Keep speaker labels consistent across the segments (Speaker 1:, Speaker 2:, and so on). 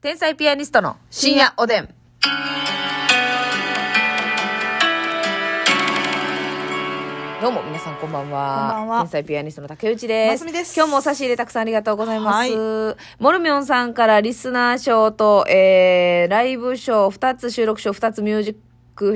Speaker 1: 天才ピアニストの深夜おでん。どうも皆さんこんばんは。
Speaker 2: こんばんは
Speaker 1: 天才ピアニストの竹内です。
Speaker 2: ますみです
Speaker 1: 今日もお差し入れたくさんありがとうございます。
Speaker 2: はい
Speaker 1: モルミョンさんからリスナー賞と、えー、ライブ賞2つ、収録賞2つ、ミュージック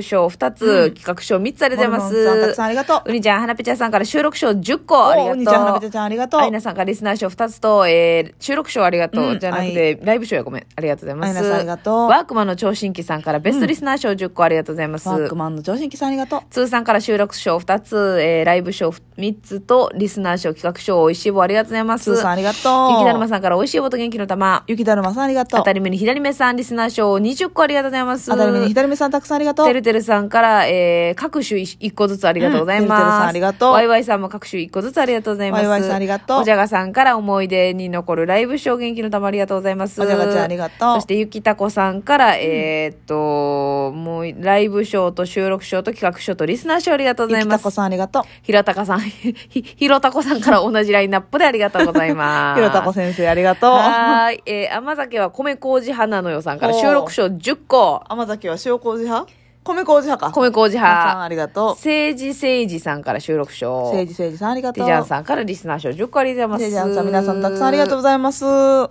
Speaker 1: 賞2つ、企画賞3つありがとうございます。
Speaker 2: モルミョンさんたくさんありがとう
Speaker 1: うにちゃん、はなぺちゃんさんから収録賞10個
Speaker 2: お
Speaker 1: ありがとう。
Speaker 2: うにちゃんはなぺちゃんありがとう
Speaker 1: アイナさんからリスナー賞2つと、えー、収録賞ありがとう、
Speaker 2: うん
Speaker 1: じゃなく
Speaker 2: は
Speaker 1: て、ライブ賞やごめん。ありがとうございます。
Speaker 2: アイナさんありがとう
Speaker 1: ワークマンの超新規さんからベストリスナー賞10個ありがとうございます。
Speaker 2: ワークマンの上新規さんありがとう。
Speaker 1: 通算から収録賞2つ、えーライブ賞3つと、リスナー賞、企画賞、おいしい棒ありがとうございます。
Speaker 2: スーさんありがとう。
Speaker 1: ゆきだるまさんからおいしい棒と元気の玉。
Speaker 2: ゆきだるまさんありがとう。
Speaker 1: 当たり目に左目さん、リスナー賞20個ありがとうございます。
Speaker 2: 当たり目に左目さんたくさんありがとう。
Speaker 1: てるてるさんから、えー、各種1個ずつありがとうございます。
Speaker 2: うんてるてるさんありがとう
Speaker 1: わいわいさんも各種1個ずつありがとうございます。
Speaker 2: わいわいさんありがとう
Speaker 1: おじゃがさんから思い出に残るライブ賞元気の玉ありがとうございます。
Speaker 2: おじゃがちゃんありがとう
Speaker 1: そしてゆきたこさんから、えーっと、もう、ライブ賞と収録賞と企画賞とリスナー賞ありがとうござ
Speaker 2: ゆ
Speaker 1: い
Speaker 2: き
Speaker 1: ま
Speaker 2: た
Speaker 1: す
Speaker 2: こ。さんありがとう。
Speaker 1: ひろたかさん、 ひ、ひひろたこさんから同じラインナップでありがとうございます。
Speaker 2: ひろたこ先生ありがとう。
Speaker 1: はーい。えー、甘酒は米麹花のよさんから
Speaker 2: おー
Speaker 1: 収録賞10個。
Speaker 2: 甘酒は塩麹派米麹派か。
Speaker 1: 米麹派。
Speaker 2: さんありがと
Speaker 1: 政治政治さんから収録
Speaker 2: う。
Speaker 1: 賞。
Speaker 2: せいじせいじさんありが
Speaker 1: テ
Speaker 2: とう。
Speaker 1: ィジャンさんからリスナー賞10個ありがとうござ
Speaker 2: せ
Speaker 1: い
Speaker 2: いじ
Speaker 1: ま
Speaker 2: さ
Speaker 1: す。
Speaker 2: ん皆さんたくさんありがとうご
Speaker 1: う。
Speaker 2: ざいます。今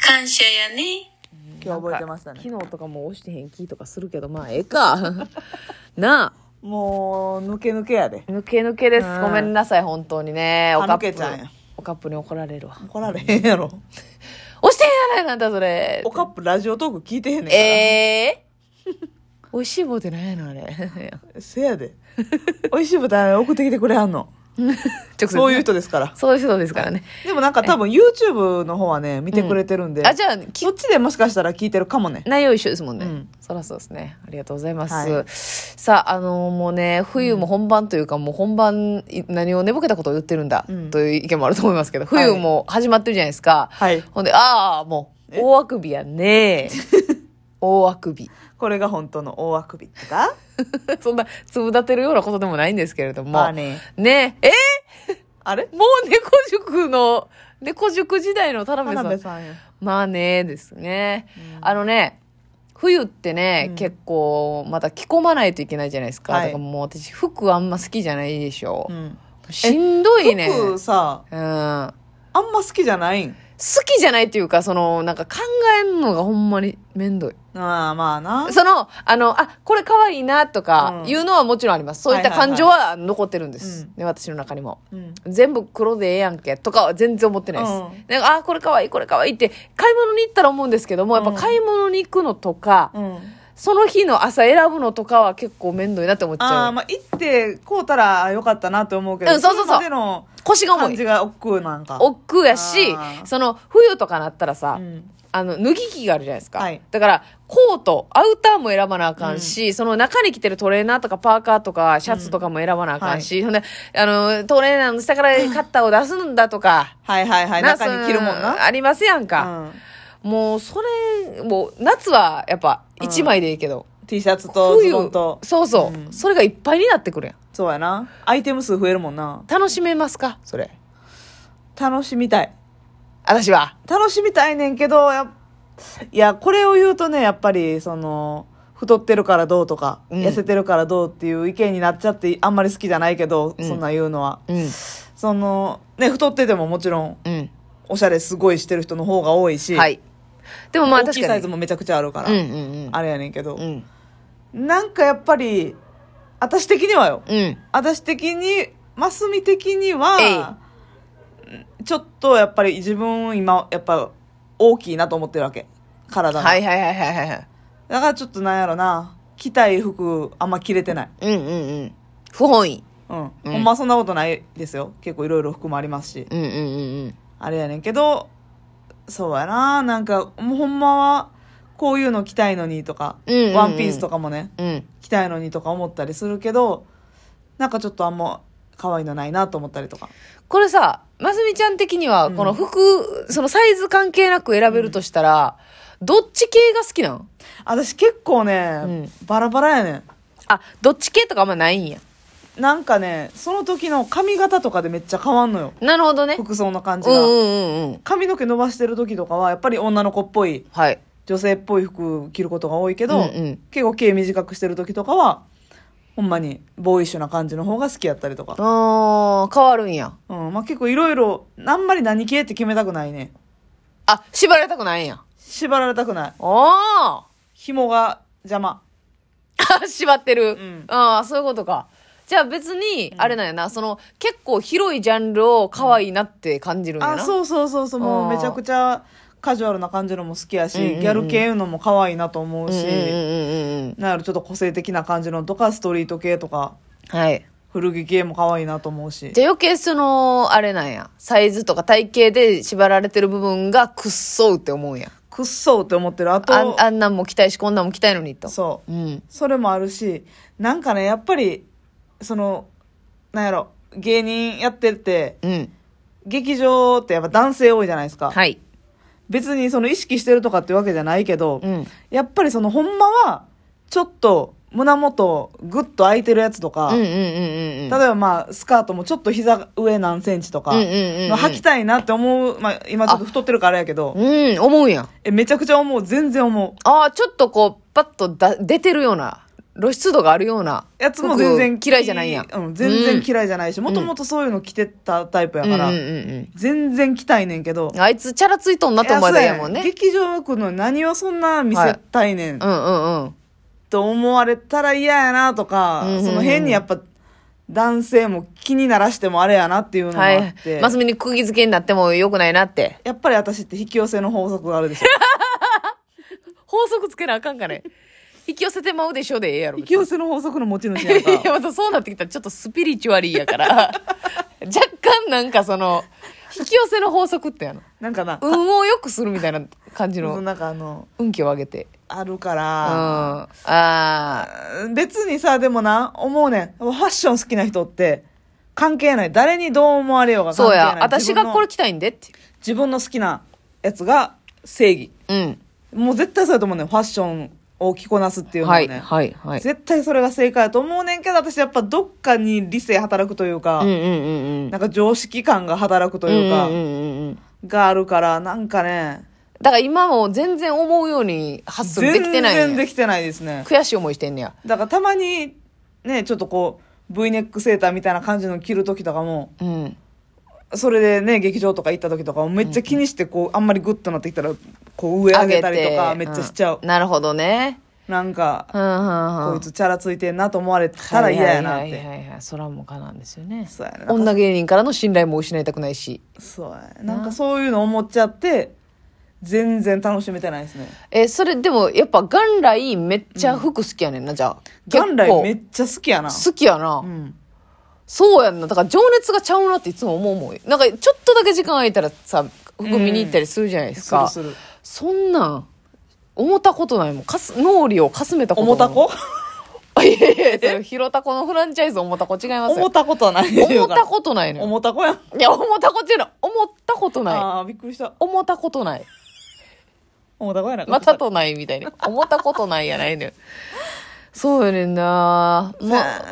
Speaker 3: 感謝やね。
Speaker 2: 日覚えてましたね。
Speaker 1: 昨日とかもう押してへんキーとかするけど、まあええ か。な
Speaker 2: もう、抜け抜けやで。
Speaker 1: あ、抜け抜けです。
Speaker 2: うん
Speaker 1: ごめんなさい、本当にね。お
Speaker 2: 歯
Speaker 1: カッ
Speaker 2: 抜
Speaker 1: プ
Speaker 2: けちゃんや。
Speaker 1: おカップに怒られるわ。
Speaker 2: 怒られへん やろ。
Speaker 1: 押してへんやないなんだそれ
Speaker 2: お。カップラジオトーク聞いてへんねんから。
Speaker 1: ええ ー。美味しい棒ってなんやのあれ。
Speaker 2: せやで。美味しい豚送ってきてくれはんの。
Speaker 1: 直接。
Speaker 2: そういう。人ですから。
Speaker 1: そういう人ですからね。
Speaker 2: でもなんか多分 YouTube の方はね、見てくれてるんで。
Speaker 1: あ、じゃあ、き
Speaker 2: そっちでもしかしたら聞いてるかもね。
Speaker 1: 内容一緒ですもんね、
Speaker 2: うん
Speaker 1: そらそうですねありがとうございます、
Speaker 2: はい
Speaker 1: さああのもうね冬も本番というか、もう本番い何を寝ぼけたことを言ってるんだ、
Speaker 2: うん
Speaker 1: という意見もあると思いますけど冬も始まってるじゃないですか、
Speaker 2: はい。
Speaker 1: ほんでああもう大あくびや ね大あくび
Speaker 2: これが本当の大あくびとか。
Speaker 1: そんなつぶ立てるようなことでもないんですけれども、
Speaker 2: まあね。
Speaker 1: ねえ
Speaker 2: あれ
Speaker 1: もう猫塾の猫塾時代の田辺さん
Speaker 2: 田辺さんや。
Speaker 1: まあねですね、あのね冬ってね、
Speaker 2: うん
Speaker 1: 結構また着込まないといけないじゃないですか、
Speaker 2: はい
Speaker 1: だからもう私服あんま好きじゃないでしょ、
Speaker 2: うん。
Speaker 1: しんどいねうん
Speaker 2: 服さ、
Speaker 1: 好
Speaker 2: あんま好きじゃないん。
Speaker 1: きじゃないっていうかそのなんか考えるのがほんまにめんどい
Speaker 2: ああ、まあな。
Speaker 1: そのあのあこれ可愛いなとか
Speaker 2: うん
Speaker 1: いうのはもちろんあります、そういった
Speaker 2: はいは
Speaker 1: 感
Speaker 2: いはい
Speaker 1: 情は残ってるんです、
Speaker 2: うん
Speaker 1: ね私の中にも
Speaker 2: うん。
Speaker 1: 全部黒でええやんけとかは全然思ってないです。
Speaker 2: うん
Speaker 1: なんか、あー、これかわいい、これかわいいって、買い物に行ったら思うんですけども、やっぱ
Speaker 2: うん
Speaker 1: 買い物に行くのとか、
Speaker 2: うん。
Speaker 1: その日の朝選ぶのとかは結構面倒いなって思っち
Speaker 2: あ
Speaker 1: ゃ
Speaker 2: あ、
Speaker 1: う。
Speaker 2: まあ行ってこうたらよかったなと思うけど、
Speaker 1: うんそうそうそう
Speaker 2: れまでの
Speaker 1: 腰が重
Speaker 2: 感じ
Speaker 1: い。
Speaker 2: が億劫なんか。
Speaker 1: 億劫やし
Speaker 2: あ、ー
Speaker 1: その、冬とかなったらさ、
Speaker 2: うん。
Speaker 1: あの、脱ぎ着があるじゃないですか。
Speaker 2: はい
Speaker 1: だから、コート、アウターも選ばなあかんし、その中に着てるトレーナーとかパーカーとかシャツとかも選ばなあかんし、ほんで、あの、トレーナーの下からカッターを出すんだとか、
Speaker 2: はいはいはい。
Speaker 1: な
Speaker 2: 中に着るもん
Speaker 1: そう
Speaker 2: な。
Speaker 1: ありますやんか。
Speaker 2: うん。
Speaker 1: もうそれもう夏はやっぱ1枚でいいけど、
Speaker 2: T シャツとズボンと。
Speaker 1: そうそう、
Speaker 2: うん
Speaker 1: それがいっぱいになってくるやん
Speaker 2: そうやな。アイテム数増えるもんな。
Speaker 1: 楽しめますかそれ
Speaker 2: 楽しみたい。
Speaker 1: 私は
Speaker 2: 楽しみたいねんけどやっいやこれを言うとねやっぱりその太ってるからどうとか、
Speaker 1: うん
Speaker 2: 痩せてるからどうっていう意見になっちゃってあんまり好きじゃないけど、
Speaker 1: うん
Speaker 2: そんなん言うのは
Speaker 1: うん
Speaker 2: そのね太っててももちろん
Speaker 1: うん
Speaker 2: おしゃれすごいしてる人の方が多いし、
Speaker 1: はいでもまあ
Speaker 2: 大き
Speaker 1: 確
Speaker 2: いサ
Speaker 1: か
Speaker 2: イズ
Speaker 1: に
Speaker 2: もめちゃくちゃあるから、
Speaker 1: うんうん
Speaker 2: あれやねんけど
Speaker 1: うんう、ん
Speaker 2: なんかやっぱり私的にはよ
Speaker 1: うん
Speaker 2: 私的にマスミ的に
Speaker 1: え
Speaker 2: はちょっとやっぱり自分今やっぱ大きいなと思ってるわけ体が。
Speaker 1: はいはいはいはいはいはい
Speaker 2: だからちょっとなんやろな着たい服あんま着れてない
Speaker 1: うんうんうん不本意
Speaker 2: うん、
Speaker 1: うん
Speaker 2: ほんまそんなことないですよ結構いろいろ服もありますし
Speaker 1: うんうんうん
Speaker 2: あれやねんけどそうやななんかもうほんまはこういうの着たいのにとか、
Speaker 1: うんうんうん
Speaker 2: ワンピースとかもね
Speaker 1: うんうん
Speaker 2: 着たいのにとか思ったりするけどなんかちょっとあんま可愛いのないなと思ったりとか
Speaker 1: これさますみちゃん的にはこの服、そのサイズ関係なく選べるとしたら、どっち系が好きなん
Speaker 2: 私結構ね、
Speaker 1: うん
Speaker 2: バラバラやねん
Speaker 1: あどっち系とかあんまないんや
Speaker 2: なんかねその時の髪型とかでめっちゃ変わんのよ
Speaker 1: なるほどね。
Speaker 2: 服装の感じ
Speaker 1: うんう
Speaker 2: が、
Speaker 1: んうんうん。
Speaker 2: 髪の毛伸ばしてる時とかはやっぱり女の子っぽい
Speaker 1: はい。
Speaker 2: 女性っぽい服着ることが多いけど、
Speaker 1: うんうん
Speaker 2: 結構毛短くしてる時とかはほんまにボーイッシュな感じの方が好きやったりとか、
Speaker 1: あー、変わるんや。
Speaker 2: うんまあ、結構いろいろあんまり何系って決めたくないね
Speaker 1: あ、縛られたくないんや。
Speaker 2: 縛られたくない
Speaker 1: あ
Speaker 2: 紐が邪魔
Speaker 1: ー。縛ってる。
Speaker 2: ん
Speaker 1: あー、そういうことか。じゃあ別に、あれなんやな、その、結構広いジャンルを可愛いなって感じるんやな。
Speaker 2: あそうそうそうそうもう
Speaker 1: あー
Speaker 2: めちゃくちゃカジュアルな感じのも好きやし、
Speaker 1: うんうんうん
Speaker 2: ギャル系のも可愛いなと思う
Speaker 1: うんうんう
Speaker 2: し、
Speaker 1: んうんうん。
Speaker 2: なんやろちょっと個性的な感じのとかストリート系とか
Speaker 1: はい。
Speaker 2: 古着系も可愛いなと思うし
Speaker 1: じゃあ余計その、あれなんや。サイズとか体型で縛られてる部分がくっそうって思うんや。
Speaker 2: くっそうって思ってるあと
Speaker 1: あんあんなんも着たいし、こんなんも着たいのにと。
Speaker 2: そう
Speaker 1: うん。
Speaker 2: それもあるしなんかねやっぱりそのなんやろ芸人やってて
Speaker 1: うん。
Speaker 2: 劇場ってやっぱ男性多いじゃないですか、
Speaker 1: はい。
Speaker 2: 別にその意識してるとかってわけじゃないけど、
Speaker 1: うん。
Speaker 2: やっぱりそのほんまはちょっと胸元グッと開いてるやつとか、
Speaker 1: うんうんうんうんうん。
Speaker 2: 例えばまあスカートもちょっと膝上何センチとか
Speaker 1: うんうんうんうん
Speaker 2: の履きたいなって思う、まあ、今ちょっと太ってるからあれやけど
Speaker 1: うん、思うやん。
Speaker 2: えめちゃくちゃ思う全然思
Speaker 1: ああ、ちょっとこう、パッとだ出てるような、露出度があるような。
Speaker 2: うやつも全然
Speaker 1: 服嫌いじゃないやん。
Speaker 2: うん、全然嫌いじゃないしもともとそういうの着てたタイプやから、
Speaker 1: うんうんうん
Speaker 2: 全然着たいねんけど
Speaker 1: うん。あいつ、チャラついとんなと思えば
Speaker 2: い
Speaker 1: や
Speaker 2: や
Speaker 1: もん
Speaker 2: そうや
Speaker 1: ね。
Speaker 2: 劇場行くのに何をそんな見せたいね
Speaker 1: う
Speaker 2: ん
Speaker 1: んうんうん。
Speaker 2: と思われたら嫌やなとか、
Speaker 1: うんうんうん
Speaker 2: その変にやっぱ男性も気にならしてもあれやなっていうのも
Speaker 1: は
Speaker 2: あって、
Speaker 1: い。マスミに釘付けになってもよくないなって。
Speaker 2: やっぱり私って引き寄せの法則があ るでしょ
Speaker 1: 法則つけなあかんかね。 引き寄せてまうでしょでええやろ。
Speaker 2: 引き寄せの法則の持ち主やん
Speaker 1: いや
Speaker 2: か
Speaker 1: またそうなってきたらちょっとスピリチュアリーやから 若干なんかその引き寄せの法則って やの
Speaker 2: なんかな、
Speaker 1: 運を良くするみたいな感じ
Speaker 2: その
Speaker 1: の
Speaker 2: なんかあの
Speaker 1: 運気を上げて
Speaker 2: あるか
Speaker 1: うん
Speaker 2: ら、
Speaker 1: ああ
Speaker 2: 別にさでもな思うねんファッション好きな人って関係ない誰にどう思われようが関
Speaker 1: そう
Speaker 2: 係ない
Speaker 1: や私がこれ着たいんでって
Speaker 2: 自分の自分の好きなやつが正義
Speaker 1: うん
Speaker 2: もう絶対そうやと思うねんファッションを着こなすっていうのは
Speaker 1: は
Speaker 2: ね、
Speaker 1: いはいはい
Speaker 2: 絶対それが正解だと思うねんけど私やっぱどっかに理性働くというか、
Speaker 1: うんうんうんうん
Speaker 2: なんか常識感が働くというか、
Speaker 1: んうんうんうん
Speaker 2: があるからなんかね
Speaker 1: だから今も全然思うように発するできてないんや
Speaker 2: 全然できてないですね
Speaker 1: 悔しい思いしてんねや
Speaker 2: だからたまにねちょっとこう V ネックセーターみたいな感じの着る時とかも
Speaker 1: うん
Speaker 2: それでね劇場とか行った時とかもめっちゃ気にしてこうあんまりグッとなってきたらこう上上げたりとかめっちゃしちゃう、
Speaker 1: んなるほどね
Speaker 2: なんか、
Speaker 1: うんうんうん
Speaker 2: こいつチャラついてんなと思われたら嫌やなっ
Speaker 1: は
Speaker 2: て、
Speaker 1: いはいはいはいはい、それはもうかなんですよね。
Speaker 2: そうやね
Speaker 1: 女芸人からの信頼も失いたくないし。
Speaker 2: そうやなんかそういうの思っちゃって全然楽しめてないですね
Speaker 1: え、それでもやっぱ元来めっちゃ服好きやねんな、じゃあ。
Speaker 2: 元来め
Speaker 1: っち
Speaker 2: っちゃ好きやな
Speaker 1: ゃ好きやな、
Speaker 2: うん
Speaker 1: そうやんな。だから情熱がちゃうなっていつも思うもん。なんかちょっとだけ時間空いたらさ、服見に行ったりするじゃないです
Speaker 2: す
Speaker 1: か。
Speaker 2: るする
Speaker 1: そんなん、思ったことないもん。かす脳裏をかすめたこと
Speaker 2: 思ったこ
Speaker 1: いやいやいやそれ、ひろたこのフランチャイズ思ったこ違います
Speaker 2: 思
Speaker 1: よ
Speaker 2: っ。たことはないでし
Speaker 1: 思
Speaker 2: ょ
Speaker 1: ったことないのよ。
Speaker 2: 思ったこやん
Speaker 1: いや、思ったこっていうのは思ったことない。
Speaker 2: ああびっくりした
Speaker 1: 思ったことない。
Speaker 2: 思ったこやな
Speaker 1: またとないみたいに。思ったことないやないのよ。そうやねんな。まあ、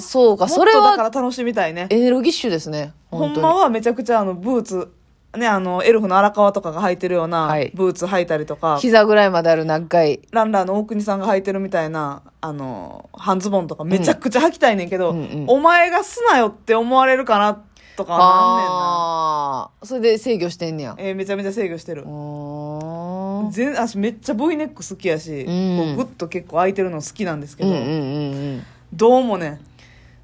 Speaker 1: そうか、
Speaker 2: そ
Speaker 1: そ
Speaker 2: れ
Speaker 1: れ
Speaker 2: は
Speaker 1: は
Speaker 2: だから楽しみたいね
Speaker 1: エネルギッシュですね。
Speaker 2: ほん
Speaker 1: 本当に。
Speaker 2: まはめちゃくちゃあのブーツねあのエルフの荒川とかが履いてるような
Speaker 1: はい
Speaker 2: ブーツ履いたりとか
Speaker 1: 膝ぐらいまである長い。
Speaker 2: ランラーの大国さんが履いてるみたいなあの半ズボンとかめちゃくちゃ履きたいねんけど、
Speaker 1: うんうんうん
Speaker 2: お前がすなよって思われるかなとかはなんねんな
Speaker 1: ああー。それで制御してんねや。
Speaker 2: えーめちゃめちゃ制御してる
Speaker 1: う。ーん
Speaker 2: 全足めっちゃ V ネック好きや
Speaker 1: う
Speaker 2: し、
Speaker 1: ん
Speaker 2: こうグッと結構空いてるの好きなんですけ
Speaker 1: うんう
Speaker 2: ど、
Speaker 1: んうんうん。
Speaker 2: どうもね、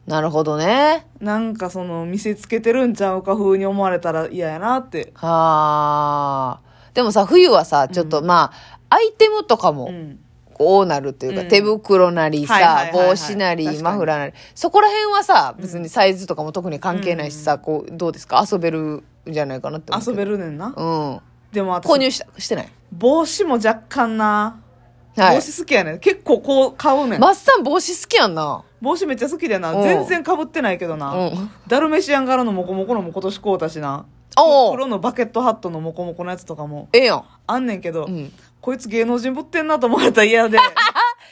Speaker 1: なるほどね。
Speaker 2: なんかその見せつけてるんちゃうか風に思われたら嫌やなって。
Speaker 1: はあ。でもさ、冬はさ、ちょっとまあ、アイテムとかも、
Speaker 2: うん。
Speaker 1: こうなるというか、
Speaker 2: うん
Speaker 1: 手袋なりさ、
Speaker 2: はいはいはいはい
Speaker 1: 帽子な
Speaker 2: 確か
Speaker 1: り
Speaker 2: に
Speaker 1: マフラーなりそこら辺はさ別にサイズとかも特に関係ないしさ、こうどうですか遊べるんじゃないかなって思う
Speaker 2: 遊べ
Speaker 1: る
Speaker 2: るねんな。
Speaker 1: うん
Speaker 2: でも
Speaker 1: 購
Speaker 2: 私、
Speaker 1: 入したしてない
Speaker 2: 帽子も若干な、
Speaker 1: はい
Speaker 2: 帽子好きやねん。結構こう買うねん。
Speaker 1: マッサン帽子好きやんな
Speaker 2: 帽子めっちゃ好きでな、
Speaker 1: うん
Speaker 2: 全然被ってないけど
Speaker 1: う
Speaker 2: な。
Speaker 1: ん
Speaker 2: ダルメシアン柄のモコモコのも今年買うたしな。
Speaker 1: お
Speaker 2: 黒
Speaker 1: お
Speaker 2: のバケットハットのモコモコのやつとかも
Speaker 1: ええやん
Speaker 2: あんねんけど、
Speaker 1: うん
Speaker 2: こいつ芸能人ぶってんなと思われたら嫌で。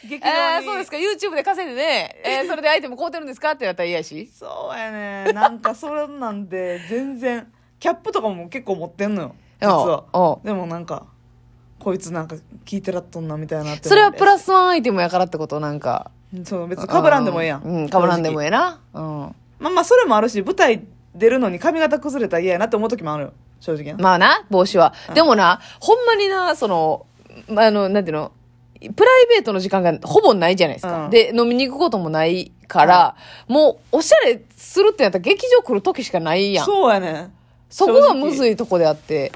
Speaker 2: 激
Speaker 1: え
Speaker 2: 動
Speaker 1: ー、
Speaker 2: に
Speaker 1: そうですか、YouTube で稼いでね、えー、それでアイテム買うてるんですかってなったら嫌やし。
Speaker 2: そうやねなんかそれなんで全然キャップとかも結構持ってんのよ実
Speaker 1: おうお
Speaker 2: はでもなんかこいつなんか聞いてらっとんなみたいなって
Speaker 1: それはプラ
Speaker 2: ス
Speaker 1: スワンアイテムやからってことなんか。
Speaker 2: そう別にかぶらんでもええやん
Speaker 1: うん、かぶらんでも
Speaker 2: え
Speaker 1: ええな。うん。
Speaker 2: まあまあそれもあるし舞台出るのに髪型崩れたら嫌やなって思う時もあるよ正直な
Speaker 1: まあな、帽子は。でもな、ほんまにな、その、まああの、なんていうの、プライベートの時間がほぼないじゃないですか。
Speaker 2: うん
Speaker 1: で、飲みに行くこともないから、もう、おしゃれするってなったら劇場来る時しかないやん。そ
Speaker 2: そうやね
Speaker 1: こがむずいとこであって。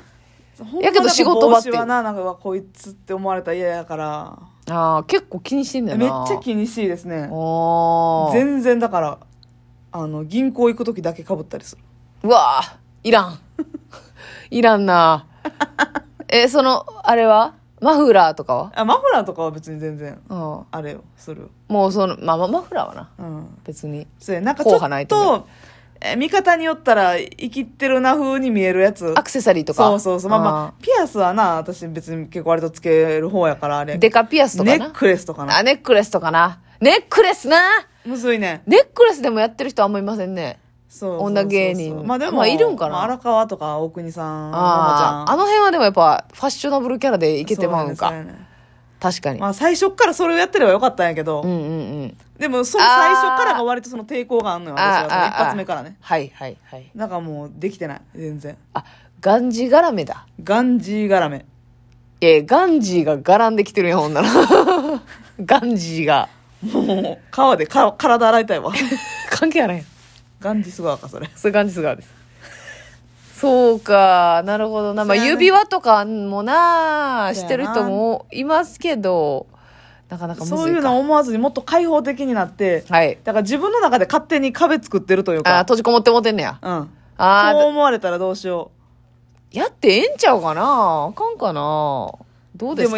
Speaker 1: やけど仕事場
Speaker 2: 場
Speaker 1: って
Speaker 2: はななんかうわこいつって思われたら嫌やから
Speaker 1: ああ、結構気にしてんだよ
Speaker 2: めっ
Speaker 1: な。
Speaker 2: ちゃ気にしいですね
Speaker 1: おー
Speaker 2: 全然だからあの銀行行く時だけかぶったりする
Speaker 1: うわあ、いら ん。いらんな。え、その、あれはマフラーとかは
Speaker 2: あマフラーとかは別に全然
Speaker 1: うん。
Speaker 2: あれよするよ
Speaker 1: もうその、まあまあ、マフラーはな。
Speaker 2: うん
Speaker 1: 別に。
Speaker 2: そうやなんかち
Speaker 1: 後
Speaker 2: ょ
Speaker 1: 派ない
Speaker 2: っ
Speaker 1: と
Speaker 2: とえ見方によったら生きってるな風に見えるやつ
Speaker 1: アクセサリーとか。
Speaker 2: そうそうそうまあま
Speaker 1: あ
Speaker 2: あピアスはな私別に結構割とつける方やからあれ
Speaker 1: ーデカピアスとか
Speaker 2: ネ
Speaker 1: な。
Speaker 2: ックレスとかな
Speaker 1: あ、ネックレスとかな。ネックレスな
Speaker 2: むずいね
Speaker 1: ネックレスでもやってる人あんまいませんね。
Speaker 2: そうそうそう
Speaker 1: 女芸人
Speaker 2: まあでも、
Speaker 1: まあいるんかな
Speaker 2: まあ荒川とか大国さん
Speaker 1: ああ、あ
Speaker 2: の
Speaker 1: の辺はでもやっぱファッショナブルキャラでいけてまうんか。確かに。
Speaker 2: まあ最初っからそれをやってればよかったんやけど、
Speaker 1: うんうんうん。
Speaker 2: でもその最初からが割とその抵抗があんのよ私はその一発目からね
Speaker 1: はいはいはい。
Speaker 2: だからもうできてない全然
Speaker 1: あ、ガンジー絡めだ。
Speaker 2: ガンジー絡め
Speaker 1: えー、ガンジーが絡んできてるやん、ほんなら。 ガンジーが。
Speaker 2: もう川でか体洗いたいわ
Speaker 1: 関係あらへん。
Speaker 2: ガンジス川かそれ
Speaker 1: そういう感じすがです。そうか、なるほどな。まあ、
Speaker 2: そうやね
Speaker 1: 指輪とかもな、
Speaker 2: そう
Speaker 1: し
Speaker 2: やな
Speaker 1: てる人もいますけど、なかなかむずいか。
Speaker 2: そういうの思わずにもっと開放的になって
Speaker 1: はい。
Speaker 2: だから自分の中で勝手に壁作ってるとい
Speaker 1: あ
Speaker 2: う
Speaker 1: ー、
Speaker 2: か
Speaker 1: 閉じこもってもてんねや。
Speaker 2: うん
Speaker 1: あ
Speaker 2: こう
Speaker 1: ー、
Speaker 2: 思われたらどうしよ
Speaker 1: やってええんちゃうかなあかんかなどう
Speaker 2: う
Speaker 1: ですか